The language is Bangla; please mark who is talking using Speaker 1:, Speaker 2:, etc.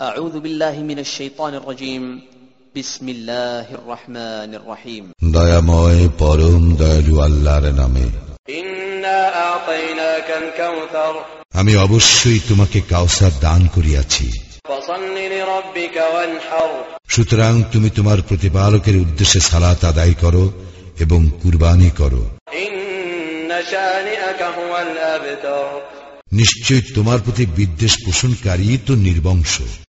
Speaker 1: أعوذ بالله من الشيطان الرجيم بسم الله الرحمن الرحيم
Speaker 2: দয়াময় পরম দয়ালু আল্লাহর নামে
Speaker 1: إنا أعطيناك الكوثر
Speaker 2: আমি অবশ্যই তোমাকে কাউসার দান করিয়াছি
Speaker 1: فصل لربك وانحر
Speaker 2: সুতরাং তুমি তোমার প্রতিপালকের উদ্দেশ্যে সালাত আদায় করো এবং কুরবানি করো
Speaker 1: إن شانئك هو الأبتر
Speaker 2: নিশ্চয়ই তোমার প্রতি বিদ্বেষ পোষণকারী তো নির্বংশ